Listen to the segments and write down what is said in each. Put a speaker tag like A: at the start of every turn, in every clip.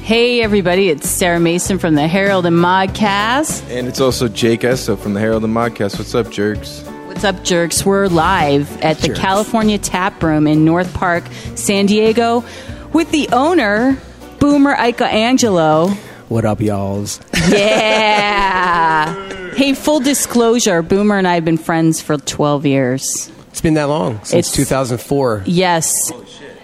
A: Hey, everybody, it's Sarah Mason from the Herald and Modcast.
B: And it's also Jake Esso from the Herald and Modcast. What's up, jerks?
A: What's up, jerks? We're live at the
B: Jerks.
A: California Tap Room in North Park, San Diego, with the owner, Boomer Ica Angelo.
C: What up, y'alls?
A: Yeah. hey, full disclosure Boomer and I have been friends for 12 years.
C: It's been that long since
A: It's-
C: 2004.
A: Yes.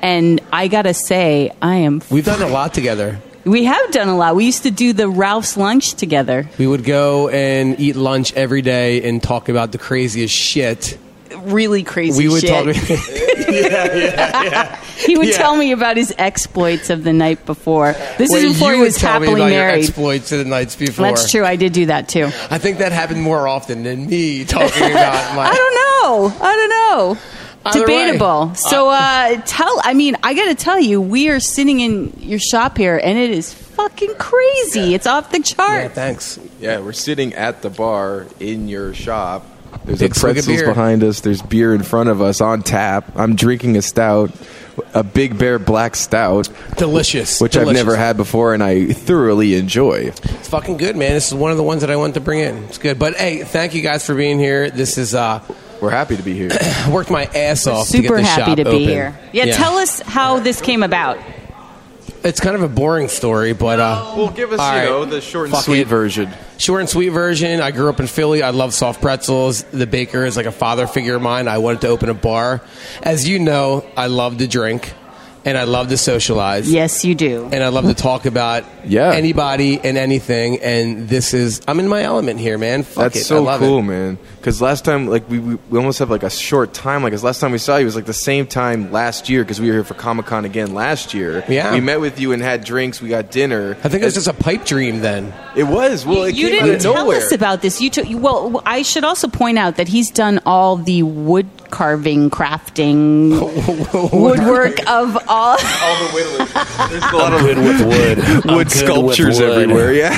A: And I gotta say, I am.
C: We've done a lot together.
A: We have done a lot. We used to do the Ralph's lunch together.
C: We would go and eat lunch every day and talk about the craziest shit.
A: Really crazy.
C: We would
A: shit.
C: talk.
A: He would
C: Yeah.
A: tell me about his exploits of the night before. This
C: Well,
A: is before
C: you
A: he
C: would
A: was
C: tell me
A: happily
C: about your
A: married.
C: exploits of the nights before.
A: That's true. I did do that too.
C: I think that happened more often than me talking about my.
A: I don't know. I don't know.
C: Either way.
A: Debatable. So uh, tell. I mean, I got to tell you, we are sitting in your shop here, and it is fucking crazy. It's off the
C: Yeah,
A: chart.
C: thanks.
B: Yeah, we're sitting at the bar in your shop. There's
C: Big
B: a
C: swig of
B: pretzels
C: beer.
B: behind us. There's beer in front of us on tap. I'm drinking a stout, a Big Bear Black Stout,
C: Delicious.
B: which I've
C: Delicious.
B: never had before, and I thoroughly enjoy.
C: It's fucking good, man. This is one of the ones that I wanted to bring in. It's good. But hey, thank you guys for being here. This is uh,
B: We're happy to be here.
C: I worked my ass off to get
A: Super
C: the shop
A: happy to be
C: open.
A: here. Yeah, Tell us how this came about.
C: It's kind of a boring story, but uh,
B: well, give us
C: all
B: you
C: right.
B: know the short and
C: Fuck
B: sweet
C: it.
B: version.
C: Short and sweet version. I grew up in Philly. I love soft pretzels. The baker is like a father figure of mine. I wanted to open a bar. As you know, I love to drink and I love to socialize.
A: Yes, you do.
C: And I love to talk about
B: Yeah.
C: anybody and anything. And this is, I'm in my element here, man. Fuck
B: That's
C: it. I
B: so
C: love
B: cool,
C: it.
B: man. Because last time, like we, we, we almost have like a short time. Like 'cause last time we saw you was like the same time last year because we were here for Comic Con again last year.
C: Yeah.
B: we met with you and had drinks. We got dinner.
C: I think it was just a pipe dream then.
B: It was. Well, it
A: you
B: came out
A: didn't
B: of
A: tell
B: nowhere.
A: us about this. You took well. I should also point out that he's done all the wood carving, crafting, woodwork of all.
B: all the whittling. There's a lot of
D: with wood.
B: wood sculptures everywhere. Yeah,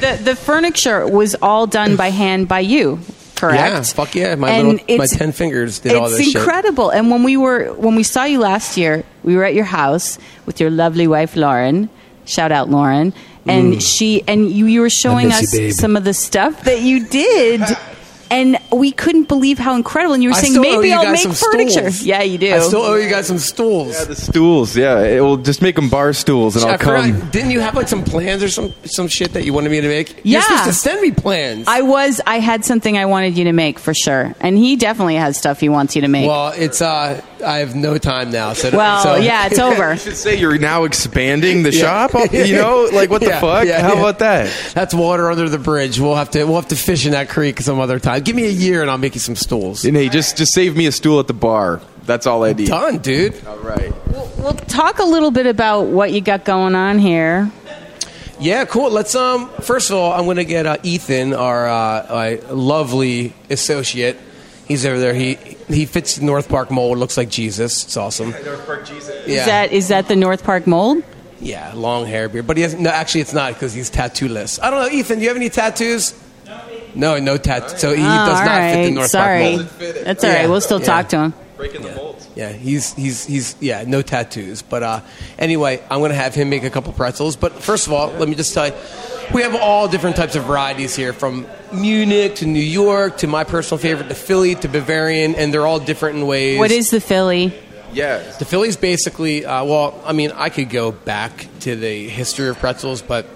A: The, the furniture was all done by hand by you, correct?
C: Yeah, fuck yeah. My
A: And
C: little, my
A: it's-
C: 10 fingers did
A: It's
C: all this shit.
A: incredible. And when we were when we saw you last year, we were at your house with your lovely wife Lauren. Shout out Lauren. And
C: Mm.
A: she and you, you were showing
D: miss you,
A: us
D: babe.
A: some of the stuff that you did. And we couldn't believe how incredible. And you were
C: I
A: saying,
C: still owe
A: maybe
C: you
A: I'll
C: guys
A: make
C: some
A: furniture.
C: stools.
A: Yeah, you do.
C: I still owe you guys some stools.
B: the stools. Yeah, it will just make them bar stools, and I'll
C: I
B: come.
C: forgot. Didn't you have like some plans or some some shit that you wanted me to make? You're
A: Yeah.
C: supposed to send me plans.
A: I was, I had something I wanted you to make for sure. And he definitely has stuff he wants you to make.
C: well, it's uh, I have no time now. So
A: Well,
C: so-
A: yeah, it's over.
B: You should say you're now expanding the
C: Yeah.
B: shop. Oh, You know, like what the
C: Yeah,
B: fuck?
C: yeah,
B: How
C: yeah.
B: about that?
C: That's water under the bridge. We'll have to we'll have to fish in that creek some other time. Give me a year and I'll make you some stools.
B: And hey, just just save me a stool at the bar. That's all I need.
C: Done, dude.
B: All right.
A: Well, talk a little bit about what you got going on here.
C: Yeah, cool. Let's um. First of all, I'm gonna get uh, Ethan, our, uh, my lovely associate. He's over there. He he fits the North Park mold. Looks like Jesus. It's awesome.
B: North Park Jesus.
C: Yeah.
A: Is that is that the North Park mold?
C: Yeah, long hair beard. But he has no. Actually, it's not because he's tattoo-less. I don't know, Ethan. Do you have any tattoos? No, no tattoo. So he
A: Oh,
C: does
A: all
C: not fit the
A: right.
C: North
A: Sorry,
C: Park mold.
A: that's all right.
C: Yeah.
A: We'll still
C: Yeah.
A: talk to him.
B: Breaking the molds.
C: Yeah, he's he's he's yeah, no tattoos. But uh, anyway, I'm gonna have him make a couple pretzels. But first of all, let me just tell you, we have all different types of varieties here, from Munich to New York to my personal favorite, to Philly to Bavarian, and they're all different in ways.
A: What is the Philly?
B: Yeah.
C: The Phillies basically, uh, well, I mean, I could go back to the history of pretzels, but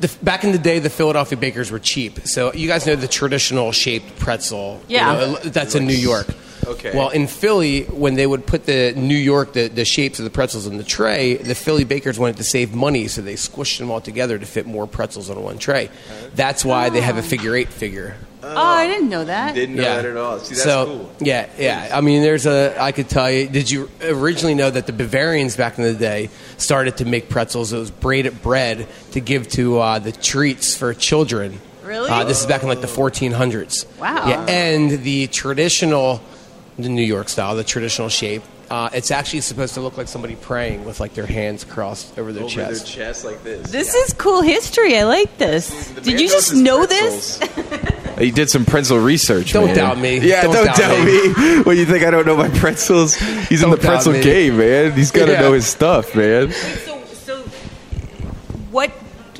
C: the, back in the day, the Philadelphia bakers were cheap. So you guys know the traditional shaped pretzel. you
A: Yeah.
C: know, that's in New York.
B: Okay.
C: Well, in Philly, when they would put the New York, the, the shapes of the pretzels in the tray, the Philly bakers wanted to save money, so they squished them all together to fit more pretzels on one tray. That's why they have a figure eight figure.
A: Oh, I didn't know that.
B: Didn't know that at all. See, that's
C: so,
B: cool.
C: Yeah, yeah. I mean, there's a. I could tell you. Did you originally know that the Bavarians back in the day started to make pretzels? It was braided bread to give to uh, the treats for children.
A: Really?
C: Uh, this is back in like the 1400s.
A: Wow.
C: Yeah, and the traditional, the New York style, the traditional shape. Uh, it's actually supposed to look like somebody praying with like their hands crossed over their
B: Over their
C: chest.
B: chest like this.
A: This is cool history. I like this.
B: The man
A: Did you
B: knows
A: just
B: his
A: know this?
B: pretzels. You did some pretzel research.
C: Don't
B: man.
C: doubt me.
B: Yeah, don't,
C: Don't
B: doubt,
C: doubt
B: me. What you think? I don't know my pretzels. He's in
C: Don't
B: the pretzel
C: doubt me.
B: game, man. He's got to
C: Yeah.
B: know his stuff, man.
A: So, so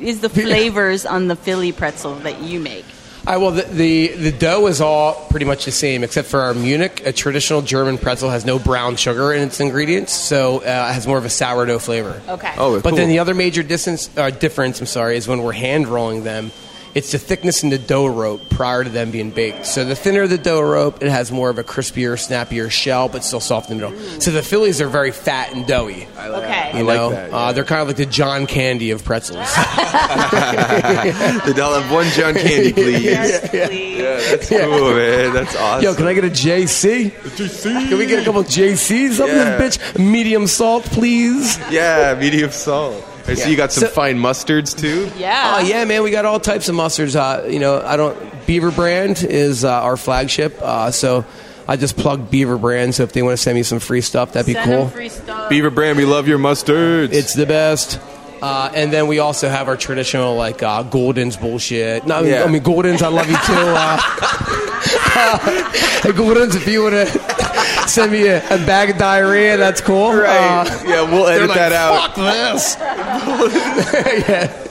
A: is the flavors on the Philly pretzel that you make?
C: All right, well, the, the, the dough is all pretty much the same, except for our Munich. A traditional German pretzel has no brown sugar in its ingredients, so uh, it has more of a sourdough flavor.
A: Okay.
B: Oh,
C: But
B: cool.
C: then the other major distance, uh, difference, I'm sorry, is when we're hand rolling them, it's the thickness in the dough rope prior to them being baked. So the thinner the dough rope, it has more of a crispier, snappier shell, but still soft in the middle. So the Phillies are very fat and doughy.
A: okay.
C: You
B: like
C: know,
B: that,
C: uh,
B: yeah.
C: they're kind of like the John Candy of pretzels.
B: The dollar have one John Candy, please.
A: Yes, please.
B: That's cool, man. That's awesome.
C: Yo, can I get a JC? Can we get a couple JCs up
B: Yeah.
C: this bitch? Medium salt, please.
B: Yeah, medium salt. I see you got some
C: So-
B: fine mustards too.
A: Yeah.
C: Oh yeah, man, we got all types of mustards. Uh, you know, I don't. Beaver Brand is uh, our flagship, uh, so I just plug Beaver Brand. So if they want to send me some free stuff, that'd be
A: Send
C: cool.
A: them free stuff.
B: Beaver Brand, we love your mustards.
C: It's the best. Uh, and then we also have our traditional like uh, Golden's bullshit. No, I mean,
B: Yeah.
C: I mean Golden's. I love you too. Uh, hey, Golden's, if you want to send me a, a bag of diarrhea, that's cool.
B: right.
C: Uh,
B: yeah, we'll edit
C: They're like,
B: that out.
C: Fuck this. yeah.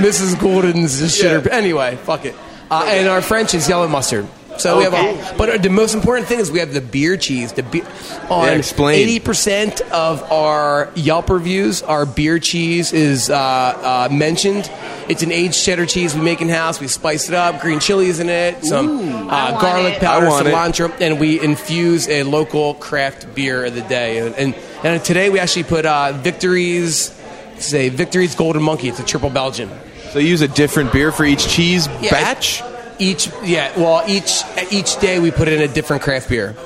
C: Mrs. Gordon's just shitter.
B: Yeah.
C: Anyway, fuck it. Uh, and our French is yellow mustard. So we
A: Okay.
C: have, a, but uh, the most important thing is we have the beer cheese. The beer
B: Yeah,
C: on
B: explain.
C: eighty percent of our Yelp reviews, our beer cheese is uh, uh, mentioned. It's an aged cheddar cheese we make in house. We spice it up, green chilies in it, some
A: I
C: uh,
A: want
C: garlic
A: it.
C: powder,
B: I want it.
C: cilantro cilantro, and we infuse a local craft beer of the day. And and, and today we actually put uh, Victory's, say Victory's Golden Monkey. It's a triple Belgian
B: So you use a different beer for each cheese
C: Yeah,
B: batch.
C: Each yeah, well each each day we put in a different craft beer.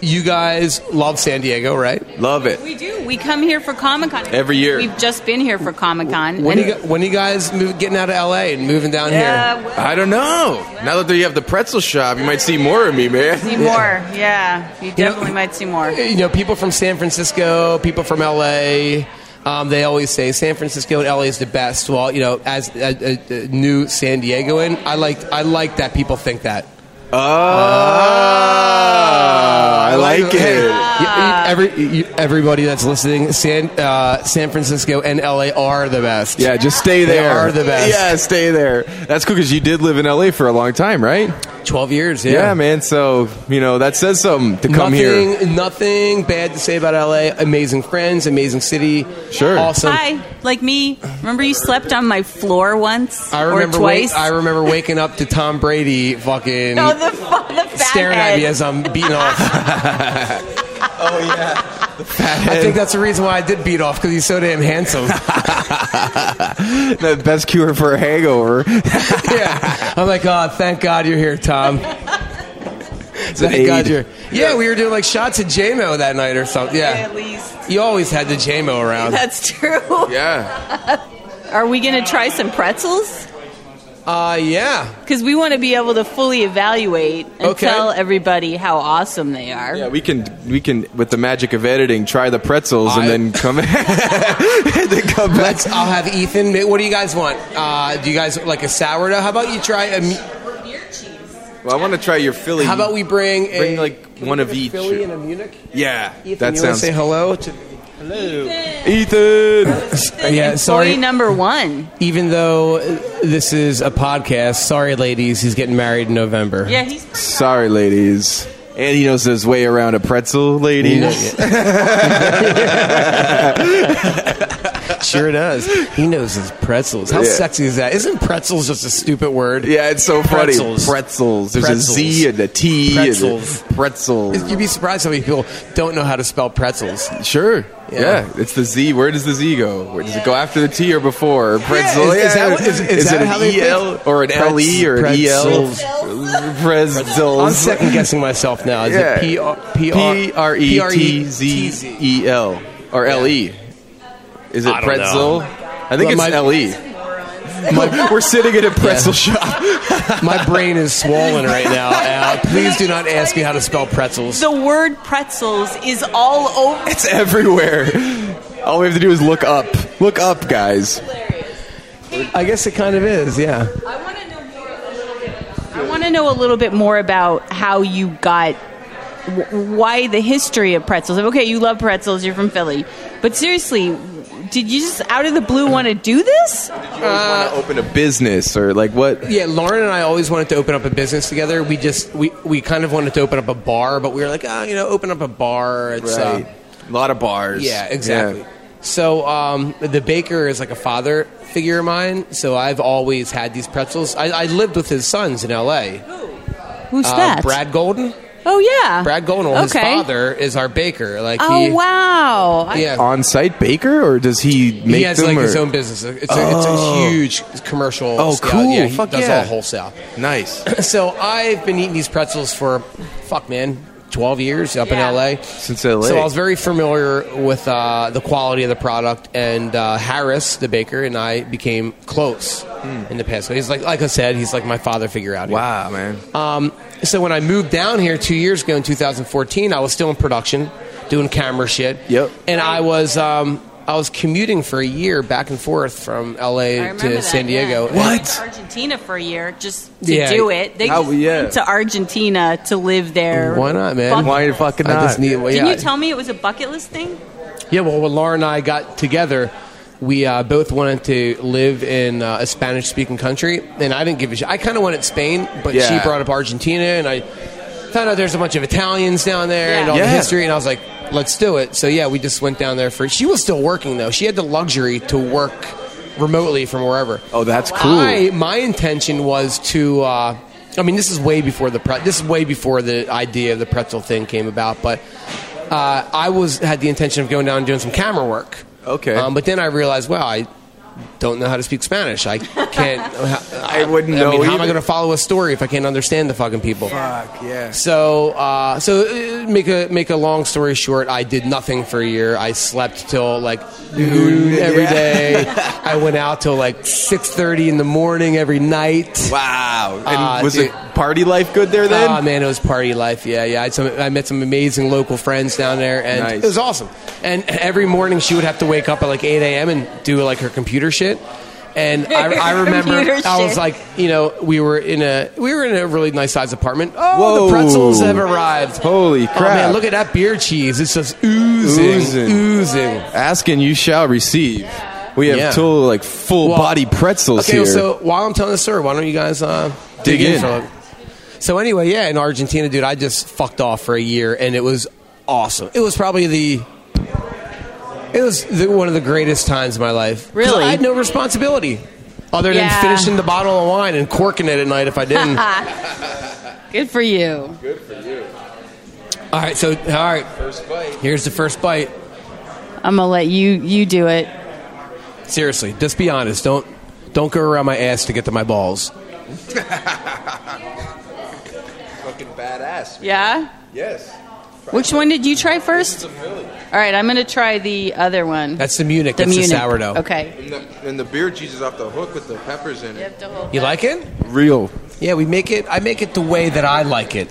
C: You guys love San Diego, right?
B: Love it.
A: We do. We come here for Comic Con
B: Every year.
A: We've just been here for Comic Con.
C: When you gu- when you guys move, getting out of LA and moving down here?
B: I don't know. Now that you have the pretzel shop, you might see more of me, man.
A: see more. Yeah, you definitely might see more.
C: You know, people from San Francisco, people from LA. Um, they always say San Francisco and LA is the best. Well, you know, as a, a, a new San Diegoan, I like I like that people think that.
B: Oh, Ah,
C: Ah.
B: I like
C: Hey,
B: it.
C: you- you- every, you- everybody that's listening, San uh, San Francisco and LA are the best.
B: Yeah, just stay
C: They
B: there.
C: are the best.
B: Yeah, stay there. That's cool because you did live in LA for a long time, right?
C: twelve years.
B: Yeah, man. So you know that says something to come
C: nothing,
B: here.
C: nothing bad to say about LA. Amazing friends, amazing city.
B: Sure.
C: Awesome.
A: Hi, like me. Remember you slept on my floor once
C: I remember
A: or twice?
C: Wake, I remember waking up to Tom Brady fucking
A: no, the, fu- the fat
C: staring
A: head.
C: at me as I'm beating off.
B: Oh yeah.
C: I think that's the reason why I did beat off because he's so damn handsome.
B: the best cure for a hangover.
C: yeah. I'm like, oh, thank God you're here, Tom.
B: an
C: thank God
B: aid.
C: you're. Yeah, we were doing like shots at JMO that night or something.
A: At
C: Yeah.
A: least
C: You always had the JMO around.
A: that's true.
B: yeah.
A: Are we going to try some pretzels?
C: Uh, yeah.
A: Because we want to be able to fully evaluate and
C: Okay.
A: tell everybody how awesome they are.
B: Yeah, we can we can with the magic of editing try the pretzels
C: I-
B: and then come and then come back.
C: Let's. I'll have Ethan. ma- What do you guys want? Uh, do you guys like a sourdough? How about you try a. mu-
B: Well, I want to try your Philly.
C: How about we bring a.
B: Bring, like,
C: can we
B: one
C: get
B: of
C: a
B: each.
C: Philly and a Munich.
B: Yeah,
C: Ethan,
B: that
C: you
B: sounds.
C: want to say hello to.
B: Ethan.
C: Yeah,
A: Employee number one.
C: Even though uh, this is a podcast, sorry, ladies, he's getting married in November.
A: Yeah, he's
B: Sorry, ladies. And he knows his way around a pretzel, ladies.
C: sure does. He knows his pretzels. How
B: Yeah.
C: sexy is that? Isn't pretzels just a stupid word?
B: Yeah, it's so funny.
C: Pretzels.
B: Pretzels. There's a Z
C: Pretzels.
B: and a T.
C: Pretzels.
B: And a pretzel.
C: You'd be surprised how many people don't know how to spell pretzels.
B: Sure.
C: Yeah.
B: Yeah. it's the Z. Where does the Z go? Where does it go after the T or before? Pretzel.
C: is- is that what- is-
B: is,
C: is that
B: it
C: how
B: an
C: they
B: EL
C: think?
B: or an LE or an EL? Pretzels.
C: I'm second guessing myself now. Is
B: Yeah.
C: it P R P R
B: P R E T Z E L or L E. Is
C: I
B: it
C: don't know.
B: pretzel? I think
C: Well,
B: it's
C: my-
B: L E. We're sitting at a pretzel shop.
C: My brain is swollen right now. Al. please do not ask me how to spell pretzels.
A: the word pretzels is all over.
B: It's everywhere. All we have to do is look up. Look up, guys.
C: Uh, I guess it kind of is. Yeah.
A: I want to know more. A little bit. I want to know a little bit more about how you got, wh- why the history of pretzels. Okay, you love pretzels. You're from Philly, but seriously, did you just out of the blue want to do this?
B: You always want to open a business or like what?
C: Yeah, Lauren and I always wanted to open up a business together. We just we, we kind of wanted to open up a bar, but we were like, oh, you know, open up a bar. It's
B: Right.
C: uh,
B: a lot of bars.
C: yeah, exactly. So um, the baker is like a father figure of mine. So I've always had these pretzels. I, I lived with his sons in L.A.
A: Who's
C: Uh,
A: that?
C: Brad Golden.
A: Oh yeah,
C: Brad Golden. well, His
A: Okay.
C: father is our baker. Like
A: Oh
C: he,
A: wow. I-
C: Yeah.
B: On site baker or does he make
C: he has
B: them?
C: like
B: or-
C: his own business. It's a, it's a huge commercial.
B: Oh,
C: scale.
B: cool.
C: Yeah, he
B: Fuck
C: does
B: yeah.
C: all wholesale.
B: Nice.
C: So I've been eating these pretzels for fuck man, twelve years up
A: Yeah.
C: in LA.
B: Since LA.
C: So I was very familiar with uh, the quality of the product, and uh, Harris, the baker, and I became close in the past. So he's like, like I said, he's like my father figure out. here.
B: Hmm. Wow, man.
C: Um, so when I moved down here two years ago in 2014, I was still in production, doing camera shit.
B: Yep.
C: And I was um, I was commuting for a year back and forth from
A: I
C: LA
A: remember
C: to
A: that,
C: San
A: yeah. I
C: Diego. And-
A: went
B: What?
A: to Argentina for a year just to
C: Yeah.
A: do it. They
B: Oh,
A: just
B: yeah.
A: went to Argentina to live there.
C: Why not, man?
A: Fuck-
B: Why you fucking
C: I
B: not?
C: just need. Well,
A: Can
C: yeah,
A: you tell me it was a bucket list thing?
C: Yeah, well, when Laura and I got together, we uh, both wanted to live in uh, a Spanish speaking country, and I didn't give a shit. I kind of wanted Spain, but
B: Yeah.
C: she brought up Argentina, and I found out there's a bunch of Italians down there and
A: Yeah.
C: all the
B: Yeah.
C: history, and I was like, let's do it. So, yeah, we just went down there for. She was still working, though. She had the luxury to work remotely from wherever.
B: Oh, that's cool.
C: I, my intention was to. Uh, I mean, this is way before the pre- this is way before the idea of the pretzel thing came about. But uh, I was had the intention of going down and doing some camera work.
B: Okay.
C: Um, but then I realized, wow, I don't know how to speak Spanish. I can't.
B: I wouldn't
C: I mean,
B: know
C: how am I
B: either.
C: going to follow a story if I can't understand the fucking people?
B: Fuck, yeah.
C: So, uh, so uh, make a make a long story short. I did nothing for a year. I slept till like noon every
B: yeah.
C: day. I went out till like six thirty in the morning every night.
B: Wow. And
C: Ah,
B: was
C: dude.
B: the party life good there then?
C: Oh man, it was party life. Yeah, yeah. I, had some, I met some amazing local friends down there, and
B: Nice.
C: it was awesome. And every morning she would have to wake up at like eight a.m. and do like her computer shit. And I, I remember
A: Computer
C: I was
A: shit.
C: like, you know, we were in a we were in a really nice sized apartment. Oh,
B: Whoa.
C: the pretzels have arrived.
B: Holy
C: Oh
B: crap.
C: man, look at that beer cheese. It's just oozing,
B: Oozing.
C: oozing.
B: Ask and you shall receive. We have
C: Yeah.
B: till like full
C: Well,
B: body pretzels
C: Okay,
B: here.
C: so while I'm telling the story, why don't you guys uh,
B: Dig in.
C: for a look? So anyway, yeah, in Argentina, dude, I just fucked off for a year, and it was awesome. It was probably the it was the, one of the greatest times of my life. 'Cause
A: Really?
C: I had no responsibility other than
A: Yeah.
C: finishing the bottle of wine and corking it at night if I didn't. all
A: Good for you.
C: right, so all right, first bite. Here's the first bite.
A: I'm gonna let you you do it.
C: Seriously, just be honest. Don't don't go around my ass to get to my balls.
B: fucking badass.
A: Yeah.
B: Yes.
A: Which one did you try first? All right, I'm gonna try the other one.
C: That's the Munich. that's the sourdough.
A: Okay.
B: And the, and the beer cheese is off the hook with the peppers in it.
C: You like it?
B: Real.
C: Yeah, we make it. I make it the way that I like it.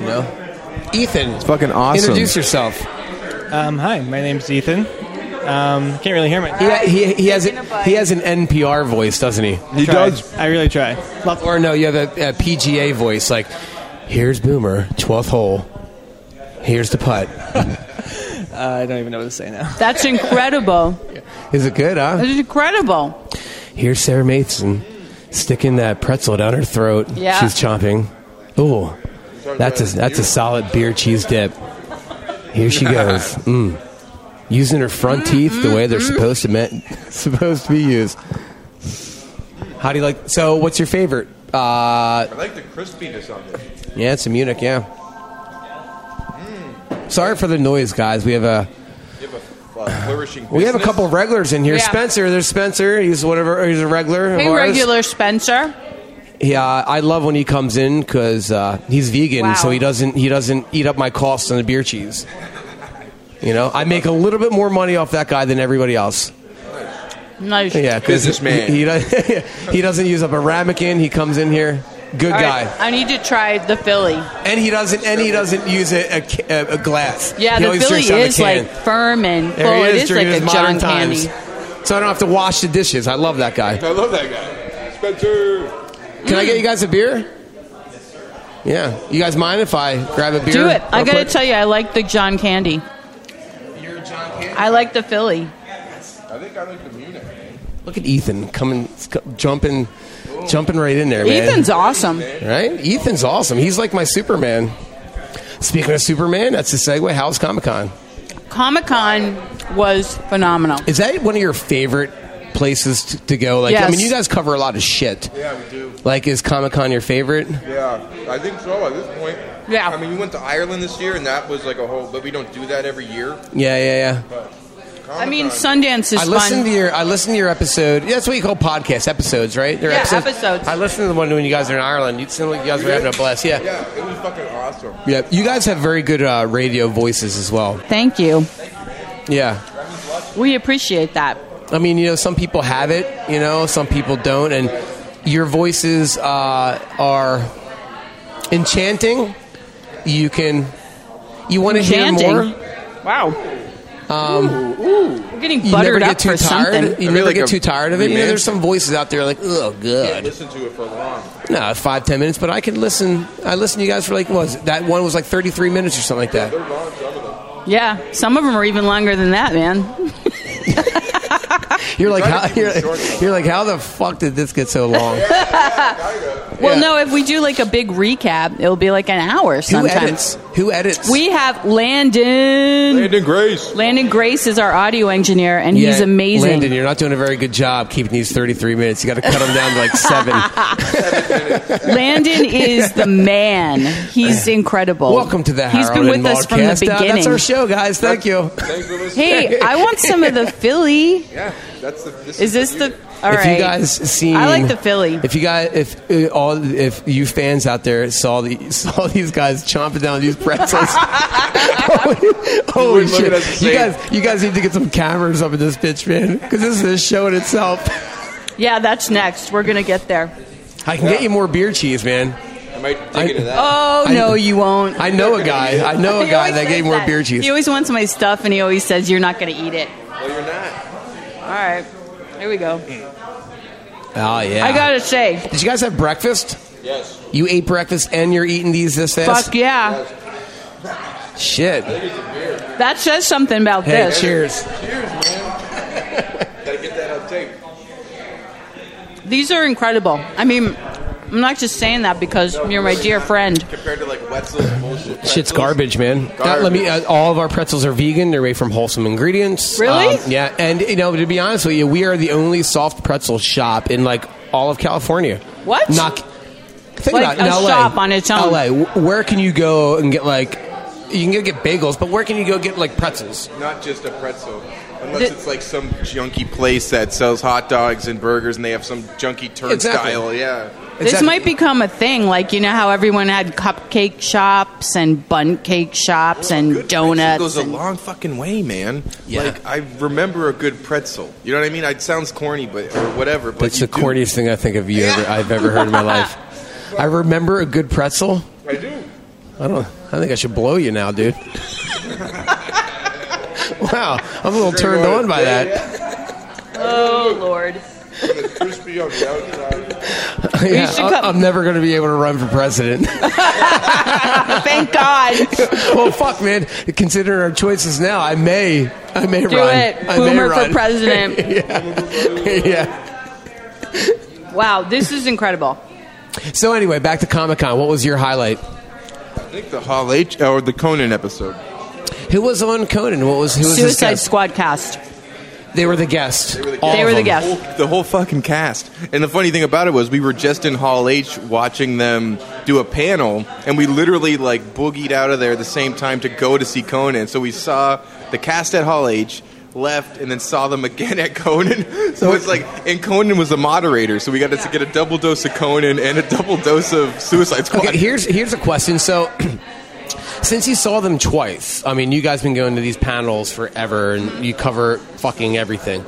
C: You know, Ethan, it's
B: fucking awesome.
C: Introduce yourself.
D: Um, hi, my name's Ethan. Um, can't really hear my.
C: He, he, he has
A: taking a bite.
C: he has an NPR voice, doesn't he?
B: He
D: Try.
B: does.
D: I really try. Lots-
C: Or no, you have a, a PGA voice. Like, here's Boomer, twelfth hole. Here's the putt.
D: Uh, I don't even know what to say now.
A: That's incredible.
C: Is it good, huh?
A: That's incredible.
C: Here's Sarah Mason sticking that pretzel down her throat.
A: Yeah.
C: She's chomping. Ooh, that's a, that's a solid beer cheese dip. Here she goes. Mm. Using her front teeth the way they're
A: Mm-hmm.
C: supposed to meant, supposed to be used. How do you like? So, what's your favorite? Uh,
B: I like the crispiness on it.
C: yeah, it's a Munich. Yeah. Sorry for the noise, guys. We have a
B: You have a uh, flourishing
C: we have a couple of regulars in here.
A: Yeah.
C: Spencer, there's Spencer. He's whatever. He's a regular. of
A: Hey,
C: ours.
A: regular Spencer.
C: Yeah, I love when he comes in because uh, he's vegan,
A: Wow.
C: so he doesn't he doesn't eat up my costs on the beer cheese. You know, I make a little bit more money off that guy than everybody else.
A: Nice.
C: Yeah, 'cause
B: Businessman.
C: He, he, does- he doesn't use up a ramekin. He comes in here, good
A: All
C: guy,
A: right, I need to try the Philly.
C: and he doesn't and he doesn't use a, a, ca- a glass.
A: Yeah,
C: he
A: the
C: always
A: Philly
C: drinks out of a
A: is
C: can.
A: like firm and full.
C: there he
A: It
C: is,
A: is like
C: drinking
A: a
C: his
A: John
C: modern
A: Candy.
C: times. So I don't have to wash the dishes. I love that guy.
B: I love that guy. Spencer.
C: Can
A: Mm.
C: I get you guys a beer? Yeah, you guys mind if I grab a beer?
A: Do it. I
C: real
A: gotta
C: quick?
A: tell you, I like the John Candy.
C: You're John Candy.
A: I like the Philly.
B: I think I like the Munich.
C: Look at Ethan coming, sc- jumping, jumping right in there, man.
E: Ethan's awesome.
C: right. Ethan's awesome. He's like my Superman. Speaking of Superman, that's the segue. How's Comic Con?
E: Comic Con was phenomenal.
C: Is that one of your favorite places to, to go? Like, I
E: Yes.
C: mean, you guys cover a lot of shit.
B: Yeah, we do.
C: Like, is Comic Con your favorite?
B: Yeah, I think so at this point.
E: Yeah.
B: I mean, we went to Ireland this year, and that was like a whole. But we don't do that every year.
C: Yeah, yeah, yeah.
E: I mean, Sundance is
C: I listened
E: fun.
C: to your I listened to your episode. Yeah, that's what you call podcast episodes, right? They're
E: Yeah, episodes.
C: I listened to the one when you guys are in Ireland. You seemed like you guys were having a blast. Yeah,
B: Yeah, it was fucking awesome.
C: yeah. You guys have very good uh, radio voices as well.
A: Thank you.
C: Yeah.
A: We appreciate that.
C: I mean, you know, some people have it, you know, some people don't, and your voices uh, are enchanting. You can, you want to hear
A: Enchanting.
C: more. Um,
E: wow.
A: We're getting
C: You
A: buttered
C: never
A: up
C: get too
A: for
C: tired.
A: something.
C: You
B: I mean,
C: never
B: like
C: get
B: a
C: too tired of it. You know,
B: remand-
C: there's some voices out there like, oh, good.
B: Listen to it for long.
C: No, five ten minutes, but I can listen. I listened to you guys for like, what was it? that one was like thirty three minutes or something like that.
A: Yeah, some of them are even longer than that, man.
C: You're like,
B: Try to
C: how,
B: keep it
C: you're,
B: short, though.
C: you're like, how the fuck did this get so long?
A: Well,
C: Yeah.
A: no, if we do like a big recap, it'll be like an hour
C: Who
A: sometimes.
C: edits? Who edits?
A: We have Landon.
B: Landon Grace.
A: Landon Grace is our audio engineer, and
C: Yeah,
A: he's amazing.
C: Landon, you're not doing a very good job keeping these 33 minutes. You got to cut them down to like seven.
A: Landon is the man. He's incredible.
C: Welcome to the Harold
A: He's been with
C: and
A: us from the
C: Mauldcast. Uh,
A: beginning.
C: that's our show, guys. Thank you.
B: Thanks for listening.
A: Hey, I want some of the Philly.
B: Yeah, that's the. This
A: Is this the? All right.
C: if you guys seen,
A: I like the Philly.
C: If you guys, if uh, all, if you fans out there saw the saw these guys chomping down these pretzels, holy, holy
B: look at us
C: shit!
B: the
C: You
B: same.
C: guys, you guys need to get some cameras up in this bitch, man, because this is a show in itself.
A: yeah, that's next. We're gonna get there.
C: I can get you more beer cheese, man.
B: I might dig into that.
A: Oh
C: I-
A: no, you won't.
C: I know a guy. I know a
A: He
C: guy
A: always
C: that
A: says
C: gave more
A: that.
C: beer cheese.
A: He always wants my stuff, and he always says you're not gonna eat it.
B: well, you're not.
A: All right. Here we go.
C: Oh yeah.
A: I gotta say,
C: Did you guys have breakfast?
B: Yes.
C: You ate breakfast and you're eating these this this.
A: fuck yeah,
C: Shit.
A: that says something about
C: Hey,
A: this.
C: cheers.
B: Cheers, man. Gotta get that on tape.
A: These are incredible. I mean, I'm not just saying that because you're my dear friend.
B: Compared to like Wetzel's bullshit. pretzels.
C: Shit's garbage, man. That- let me. Uh, all of our pretzels are vegan. They're made from wholesome ingredients. Um,
A: Really?
C: yeah. And you know, to be honest with you, we are the only soft pretzel shop in like all of California.
A: What?
C: Knock. Think
A: Like
C: about it, in
A: a
C: LA,
A: shop on its own.
C: LA. wh- Where can you go and get like? You can go get bagels, but where can you go get like pretzels?
B: Not just a pretzel. Unless
A: Th-
B: it's like some junky place that sells hot dogs and burgers and they have some junky turnstile. Yeah.
A: This might become a thing, like you know how everyone had cupcake shops and bun cake shops and
B: Pretzel
A: donuts.
B: goes a
A: and-
B: long fucking way, man.
C: Yeah.
B: Like I remember a good pretzel. You know what I mean? It sounds corny, but or whatever. But
C: That's
B: you
C: the corniest thing I think of you ever, I've ever heard in my life. I remember a good pretzel.
B: Do. I do.
C: I don't. I think I should blow you now, dude. wow, I'm a little turned on by that.
A: oh Lord!
B: It's crispy on the outside.
C: Yeah,
A: should
C: I-
A: come-
C: I'm never going to be able to run for president.
A: Thank God.
C: well, fuck, man. Considering our choices now, I may, I may
A: Do
C: run.
A: it,
C: I may
A: boomer
C: run.
A: for president.
C: yeah.
A: Wow, this is incredible.
C: So anyway, back to Comic Con. What was your highlight?
B: I think the Hall H or the Conan episode.
C: Who was on Conan? What was who was his
A: Suicide
C: guest?
A: Squad cast.
C: They were the guest. They
B: were the
C: All
A: They
C: of
A: were the
C: them.
A: guest.
B: Whole- the whole fucking cast. And the funny thing about it was, we were just in Hall H watching them do a panel, and we literally like boogied out of there at the same time to go to see Conan. So we saw the cast at Hall H. Left and then saw them again at Conan. So it's like, and Conan was the moderator, so we got to get a double dose of Conan and a double dose of Suicide Squad.
C: Okay, here's here's a question. So, since you saw them twice, I mean, you guys been going to these panels forever, and you cover fucking everything.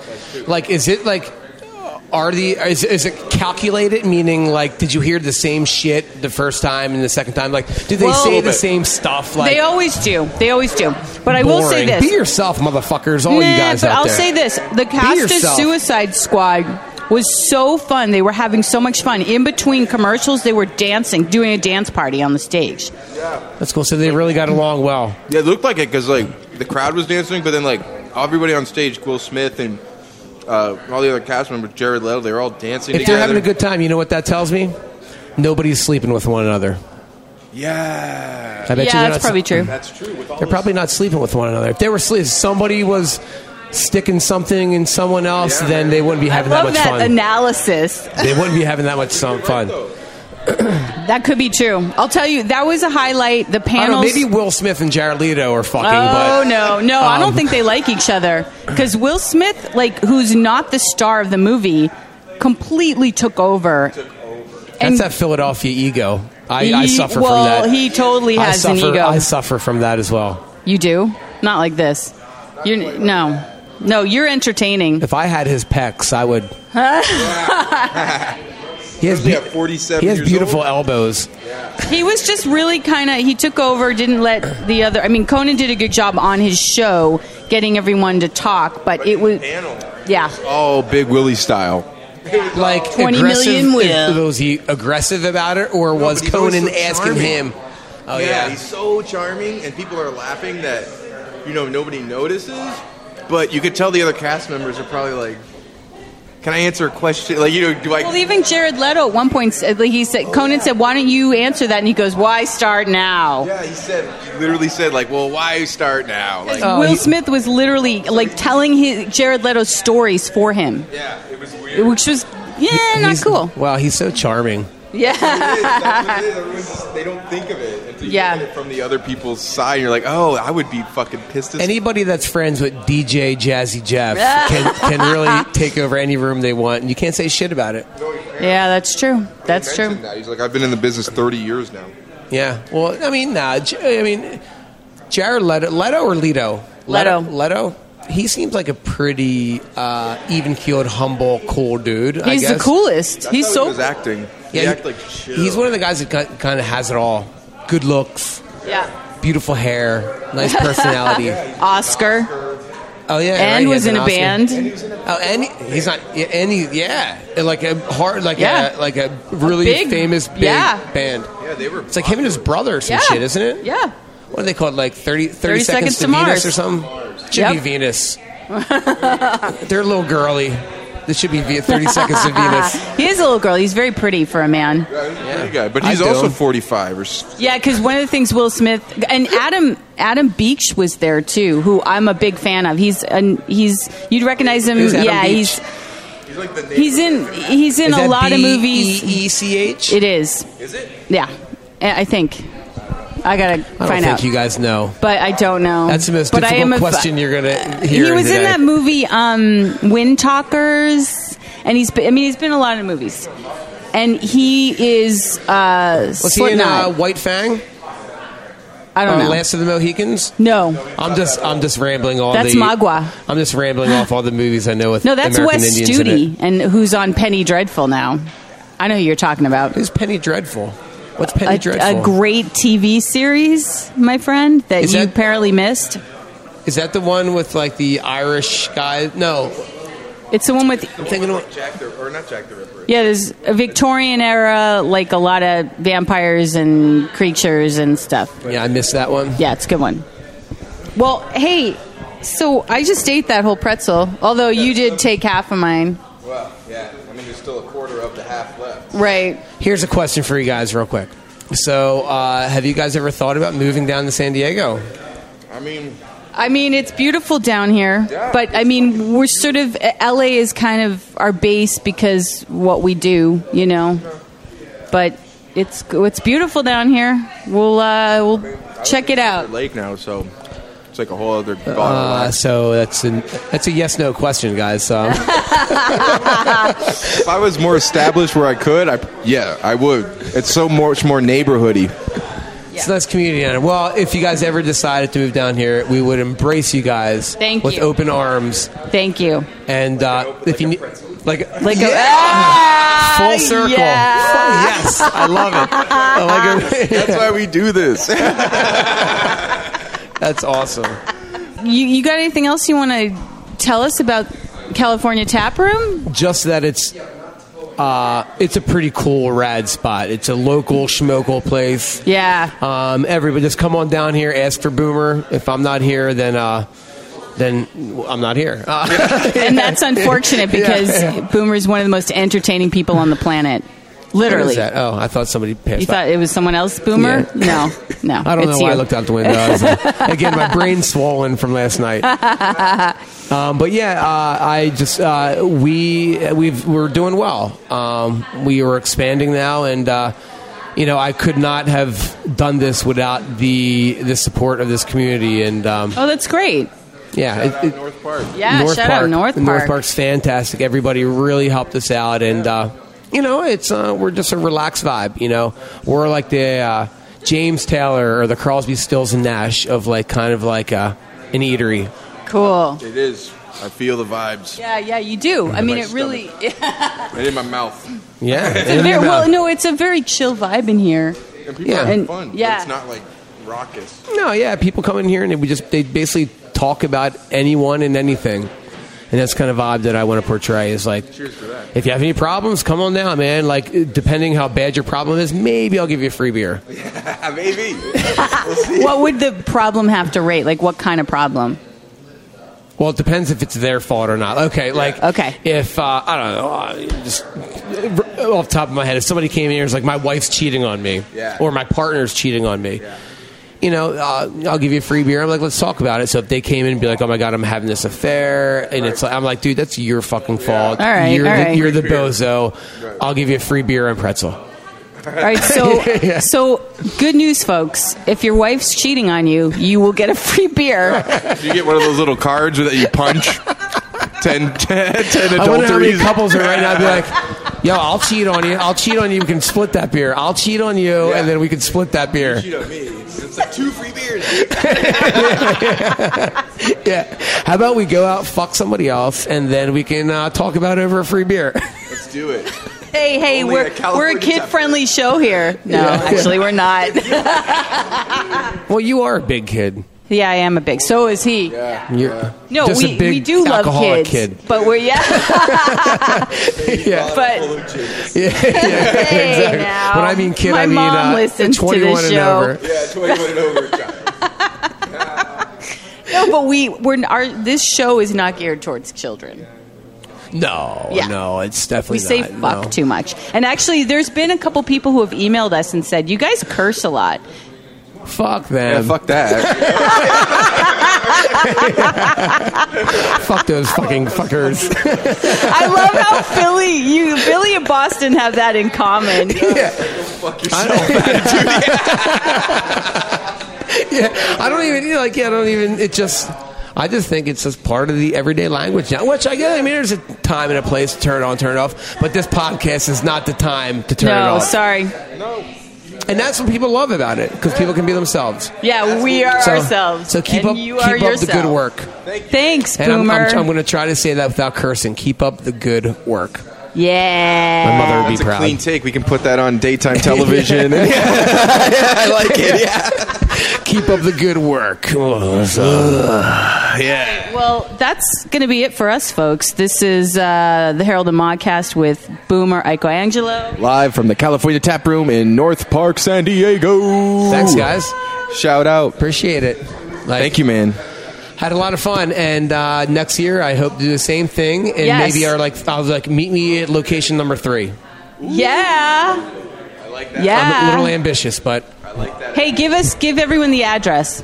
C: Like, is it like? Are the is, is it calculated? Meaning, like, did you hear the same shit the first time and the second time? Like, do they
A: Well-
C: say
A: Little
C: the
A: bit.
C: same stuff? Like,
A: they always do. They always do. But I will say
C: boring?
A: this.
C: be yourself, motherfuckers, all
A: Nah,
C: you guys
A: but
C: out
A: I'll
C: there.
A: say this: the cast of
C: yourself.
A: Suicide Squad was so fun. They were having so much fun. In between commercials, they were dancing, doing a dance party on the stage.
C: That's cool. So they really got along well.
B: Yeah, it looked like it because like the crowd was dancing, but then like everybody on stage, Will Smith and uh, all the other cast members, Jared Leto, they were all dancing
C: If they're
B: together.
C: having a good time, you know what that tells me? Nobody's sleeping with one another.
B: yeah,
C: I bet you
A: yeah,
C: they're
A: that's
C: not-
A: probably true.
B: that's true. With all
C: They're probably not sleeping with one another. If they were sleeping, somebody was sticking something in someone else,
B: Yeah.
C: then they wouldn't be
F: I
C: having that
F: love
C: much
F: that
C: fun.
F: analysis.
C: they wouldn't be having that much some fun.
A: That could be true. I'll tell you, that was a highlight. The
C: I don't know,
A: panels.
C: maybe Will Smith and Jared Leto are fucking,
A: Oh
C: but
A: no, no! I
C: Um,
A: don't think they like each other because Will Smith, like, who's not the star of the movie, completely took over.
C: that's
A: And-
C: that Philadelphia ego. I, I
A: He-
C: suffer
A: well,
C: from that.
A: he totally
C: I
A: has an
C: suffer-
A: ego.
C: I suffer from that as well.
A: You do not like this. You're no, no. You're entertaining.
C: If I had his pecs, I would. he has,
B: Especially
C: be-
B: at 47
C: he has
B: years
C: beautiful
B: old.
C: elbows.
A: He was just really kind of. He took over, didn't let the other. I mean, Conan did a good job on his show getting everyone to talk, but it was
B: panel.
A: yeah.
B: all Oh, Big Willie style.
C: Like
A: 20
C: aggressive,
A: million will.
C: was he aggressive about it, or was
B: but he's always
C: Conan
B: so
C: asking
B: charming.
C: him? Oh yeah,
B: he's so charming, and people are laughing that you know nobody notices. But you could tell the other cast members are probably like, "Can I answer a question?" Like, you know, do I?
A: Well, even Jared Leto at one point, said- like he said, Conan said, "Why don't you answer that?" And he goes, "Why start now?"
B: yeah, he said, he literally said, like, "Well, why start now?" Like,
C: Oh,
A: Will Smith was literally like telling his Jared Leto's stories for him,
B: yeah, it was weird.
A: which was yeah, not
C: He's-
A: cool.
C: Wow, he's so charming.
A: Yeah,
B: It is, that's what it is. Everyone's- they don't think of it until you
A: Yeah.
B: look at it from the other people's side. You're like, "Oh, I would be fucking pissed." As
C: Anybody that's friends with DJ Jazzy Jeff can, can really take over any room they want, and you can't say shit about it.
A: yeah, that's true. That's true.
B: That. He's like, "I've been in the business 30 years now."
C: Yeah. Well, I mean, nah. J- I mean, Jared Leto, Leto or Leto?
A: Leto.
C: Leto. He seems like a pretty uh, even-keeled, humble, cool dude. I
A: He's the
C: guess.
A: coolest.
B: That's
A: He's
B: how he
A: so
B: was acting.
C: Yeah,
B: he
C: he-
B: act like shit.
C: He's one of the guys that kind of has it all: good looks,
A: yeah.
C: beautiful hair, nice personality.
A: Oscar
C: Oh yeah, right,
A: and
C: he
A: was
C: has
A: in
C: an
A: a
C: Oscar.
A: band.
C: Oh, and he- he's not. Yeah, and he, yeah, like a hard, like
A: Yeah.
C: a like a really
A: big-
C: famous big
A: yeah.
C: band.
B: yeah, they were.
C: It's like him and his brother or some
A: Yeah.
C: shit, isn't it?
A: Yeah.
C: What are they called? Like 30, 30,
A: 30
C: seconds,
A: Seconds
C: to,
A: to
C: Venus
A: Mars.
C: or something? Should be
A: Yep.
C: Venus. They're a little girly. This should be Ve- 30 seconds to Venus.
A: He is a little girl. He's very pretty for a man.
B: Yeah, he's a pretty guy, but
C: I'd
B: he's
C: do
B: also
C: him.
B: 45 or s-
A: Yeah, because one of the things Will Smith and Adam Adam Beach was there too, who I'm a big fan of. He's an, he's you'd recognize him.
C: Who's Adam
A: yeah,
C: Beach?
A: he's
B: He's like the
A: he's in he's in a
C: Is that E
A: lot of movies.
C: B-E-E-C-H?
A: It is.
B: Is it?
A: Yeah, I I think I gotta
C: I don't
A: find
C: think
A: out.
C: you guys know.
A: but I don't know.
C: That's the most
A: but I am
C: difficult
A: a fa-
C: question you're going to hear
A: He was
C: today.
A: in that movie, um, Wind Talkers, and he's. Been, I mean, he's been in a lot of movies, and he is. Uh,
C: Was he in
A: Slipknot. Oh,
C: uh, White Fang?
A: I don't
C: Uh,
A: know.
C: Last of the Mohicans?
A: no,
C: I'm just I'm just rambling all
A: That's
C: the
A: Magua.
C: I'm just rambling off all the movies I know with
A: No, that's
C: American
A: Wes
C: Indians in it.
A: Studi, and who's on Penny Dreadful now. I know who you're talking about.
C: Who's Penny Dreadful? What's Penny
A: A,
C: Dreadful?
A: a great TV series, my friend, that
C: Is
A: you
C: that-
A: apparently missed.
C: Is that the one with like the Irish guy? No,
A: It's the one with
C: I'm thinking of
B: Jack the or not Jack the Ripper.
A: yeah, there's a Victorian era, like a lot of vampires and creatures and stuff.
C: Yeah, I missed that one.
A: Yeah, it's a good one. Well, hey, so I just ate that whole pretzel, although you did take half of mine,
B: Well, yeah. I mean, there's still a quarter of the half left.
A: right?
C: Here's a question for you guys, real quick. So, uh, have you guys ever thought about moving down to San Diego?
B: I mean,
A: I mean, it's beautiful down here,
B: Yeah,
A: but I mean, we're sort of LA is kind of our base because what we do, you know. But it's it's beautiful down here. We'll uh, we'll check it out.
B: lake now, so it's like a whole other bottle.
C: Uh, so that's an that's a yes no question, guys. So,
B: if I was more established where I could, I yeah, I would. It's so much more neighborhoody.
C: it's a nice community down here. Well, if you guys ever decided to move down here, we would embrace you guys
A: Thank
C: with
A: you.
C: open arms.
A: Thank you.
C: And uh, if you need, like
A: Like a ah,
C: yeah, full circle,
A: yeah.
C: yes, I love it. I like it.
B: That's why we do this.
C: That's awesome.
A: You, you got anything else you want to tell us about California Tap Room?
C: just that it's uh, it's a pretty cool rad spot. It's a local schmokel place.
A: Yeah.
C: Um, everybody, just come on down here. Ask for Boomer. If I'm not here, then uh, then I'm not here. Uh,
A: and that's unfortunate because Boomer is one of the most entertaining people on the planet.
C: what
A: Literally,
C: is that? Oh, I thought somebody passed
A: you
C: out.
A: thought it was someone else, Boomer? No, no.
C: I don't
A: it's
C: know why
A: you.
C: I looked out the window. I was like- again, my brain's swollen from last night. Um, but yeah, uh, I just uh, we we've, we're doing well. Um, we are expanding now, and uh, you know I could not have done this without the the support of this community. And um,
A: Oh, that's great.
C: yeah, it- it-
B: North Park.
A: Yeah,
C: North
A: shout
C: Park.
A: out North Park.
C: Park's fantastic. Everybody really helped us out, and uh, you know, it's uh, we're just a relaxed vibe. You know, we're like the uh, James Taylor or the Crosby, Stills, and Nash of like kind of like uh, an eatery.
A: Cool.
B: It is. I feel the vibes
A: Yeah, yeah, you do. I mean,
B: my
A: it really.
B: right in my mouth.
C: Yeah,
A: It's a
C: In
A: very,
C: your
A: well,
C: mouth.
A: no, it's a very chill vibe in here.
B: And people
C: Yeah.
B: are having
A: And-
B: fun.
A: yeah.
B: But it's not like raucous.
C: no, yeah, people come in here and we just they basically talk about anyone and anything. And that's kind of vibe that I want to portray is like
B: Cheers for that.
C: If you have any problems, come on down, man. Like, depending how bad your problem is, maybe I'll give you a free beer.
B: Maybe.
A: What would the problem have to rate? Like, what kind of problem?
C: Well, it depends if it's their fault or not. Okay, like
A: Okay.
C: if uh, I don't know, uh, just uh, off the top of my head, if somebody came in here and was like, "My wife's cheating on me,"
B: Yeah.
C: or "My partner's cheating on me," you know, uh, I'll give you a free beer. I'm like, "Let's talk about it." So if they came in and be like, "Oh my god, I'm having this affair," and it's like, I'm like, "Dude, that's your fucking fault.
A: All right,
C: you're
A: all
C: the,
A: right.
C: you're the bozo. I'll give you a free beer and pretzel."
A: All right, so so good news, folks. If your wife's cheating on you, you will get a free beer.
B: you get one of those little cards that you punch. Ten, ten, ten
C: I wonder how many
B: adulteries.
C: couples are right now be like, "Yo, I'll cheat on you. I'll cheat on you. We can split that beer. I'll cheat on you,
B: Yeah.
C: and then we can split that beer."
B: Cheat on me. It's like two free beers.
C: Yeah. How about we go out, fuck somebody else, and then we can uh, talk about it over a free beer?
B: Let's do it.
A: Hey, hey,
B: Only
A: we're
B: at California
A: we're a kid friendly show here. No,
C: Yeah.
A: actually, we're not.
C: well, you are a big kid.
A: Yeah, I am a big. So is he.
B: Yeah.
C: You're
A: No,
C: just
A: we,
C: a big
A: we do love
C: alcoholic
A: kids, but we're yeah.
C: kid. Yeah.
A: But
C: yeah, yeah,
A: Hey,
C: exactly.
A: now.
C: When I mean kid,
A: My
C: I mean
A: mom
C: uh,
A: listens to
C: 21
A: this
C: and
A: show.
C: over.
B: Yeah, 21 and over, child.
A: no, but we we're our this show is not geared towards children.
C: No,
A: Yeah.
C: no, it's definitely
A: We say
C: not,
A: fuck
C: no.
A: too much. And actually, there's been a couple people who have emailed us and said, "You guys curse a lot."
C: Fuck them. fuck.
B: that.
C: those fucking fuckers.
A: I love how Philly, you Philly and Boston have that in common.
C: I don't, yeah, I don't even you know, like. Yeah, I don't even. It just. I just think it's just part of the everyday language now. Which I guess I mean, there's a time and a place to turn it on, turn it off. But this podcast is not the time to turn it
A: No,
C: off.
A: sorry.
C: And that's what people love about it because people can be themselves.
A: Yeah, we are
C: So,
A: ourselves.
C: So keep
A: and
C: up,
A: You
C: keep
A: are
C: up
A: yourself.
C: the good work.
A: Thanks,
C: And I'm,
A: Boomer.
C: I'm, I'm going to try to say that without cursing. Keep up the good work.
A: yeah.
C: My mother would be
B: That's a
C: proud.
B: clean take. We can put that on daytime television. yeah, I like it. Yeah.
C: Keep up the good work.
A: Well, that's going to be it for us, folks. This is uh, the Herald and Modcast with Boomer Ico Angelo.
B: Live from the California Tap Room in North Park, San Diego.
C: Thanks, guys.
B: Shout out.
C: Appreciate it. Like,
B: Thank you, man.
C: Had a lot of fun, and uh, next year I hope to do the same thing. And
A: Yes.
C: maybe our like, I was like, meet me at location number three.
A: Yeah.
B: I like that.
C: I'm a little
A: Yeah.
C: ambitious, but
A: Hey, give us, give everyone the address.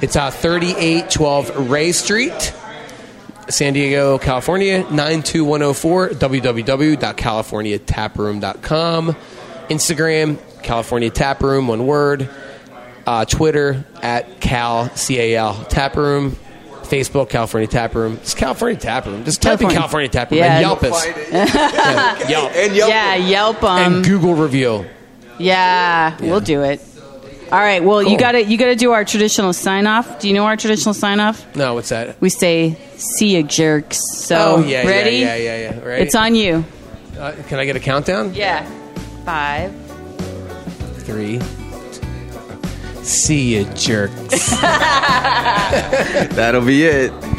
C: it's uh, 3812 Ray Street, San Diego, California 92104. www.californiataproom.com. Instagram California Tap Room, one word. Uh, Twitter at Cal C A L Tap Room. Facebook California Tap Room. It's California Tap Room. Just type in
A: California.
C: California Tap Room
A: Yeah.
C: and Yelp us. Yelp.
B: And y'all.
A: Yeah, Yelp 'em.
C: and Google review.
A: yeah, we'll do it. All right. Well,
C: Cool.
A: you got to you got to do our traditional sign off. Do you know our traditional sign off?
C: No, what's that?
A: We say "see ya, jerks." So
C: Oh, yeah, yeah,
A: ready?
C: yeah, yeah, yeah. Ready?
A: It's on you.
C: Uh, can I get a countdown?
A: Yeah. Five.
C: Three. See you, jerks.
B: That'll be it.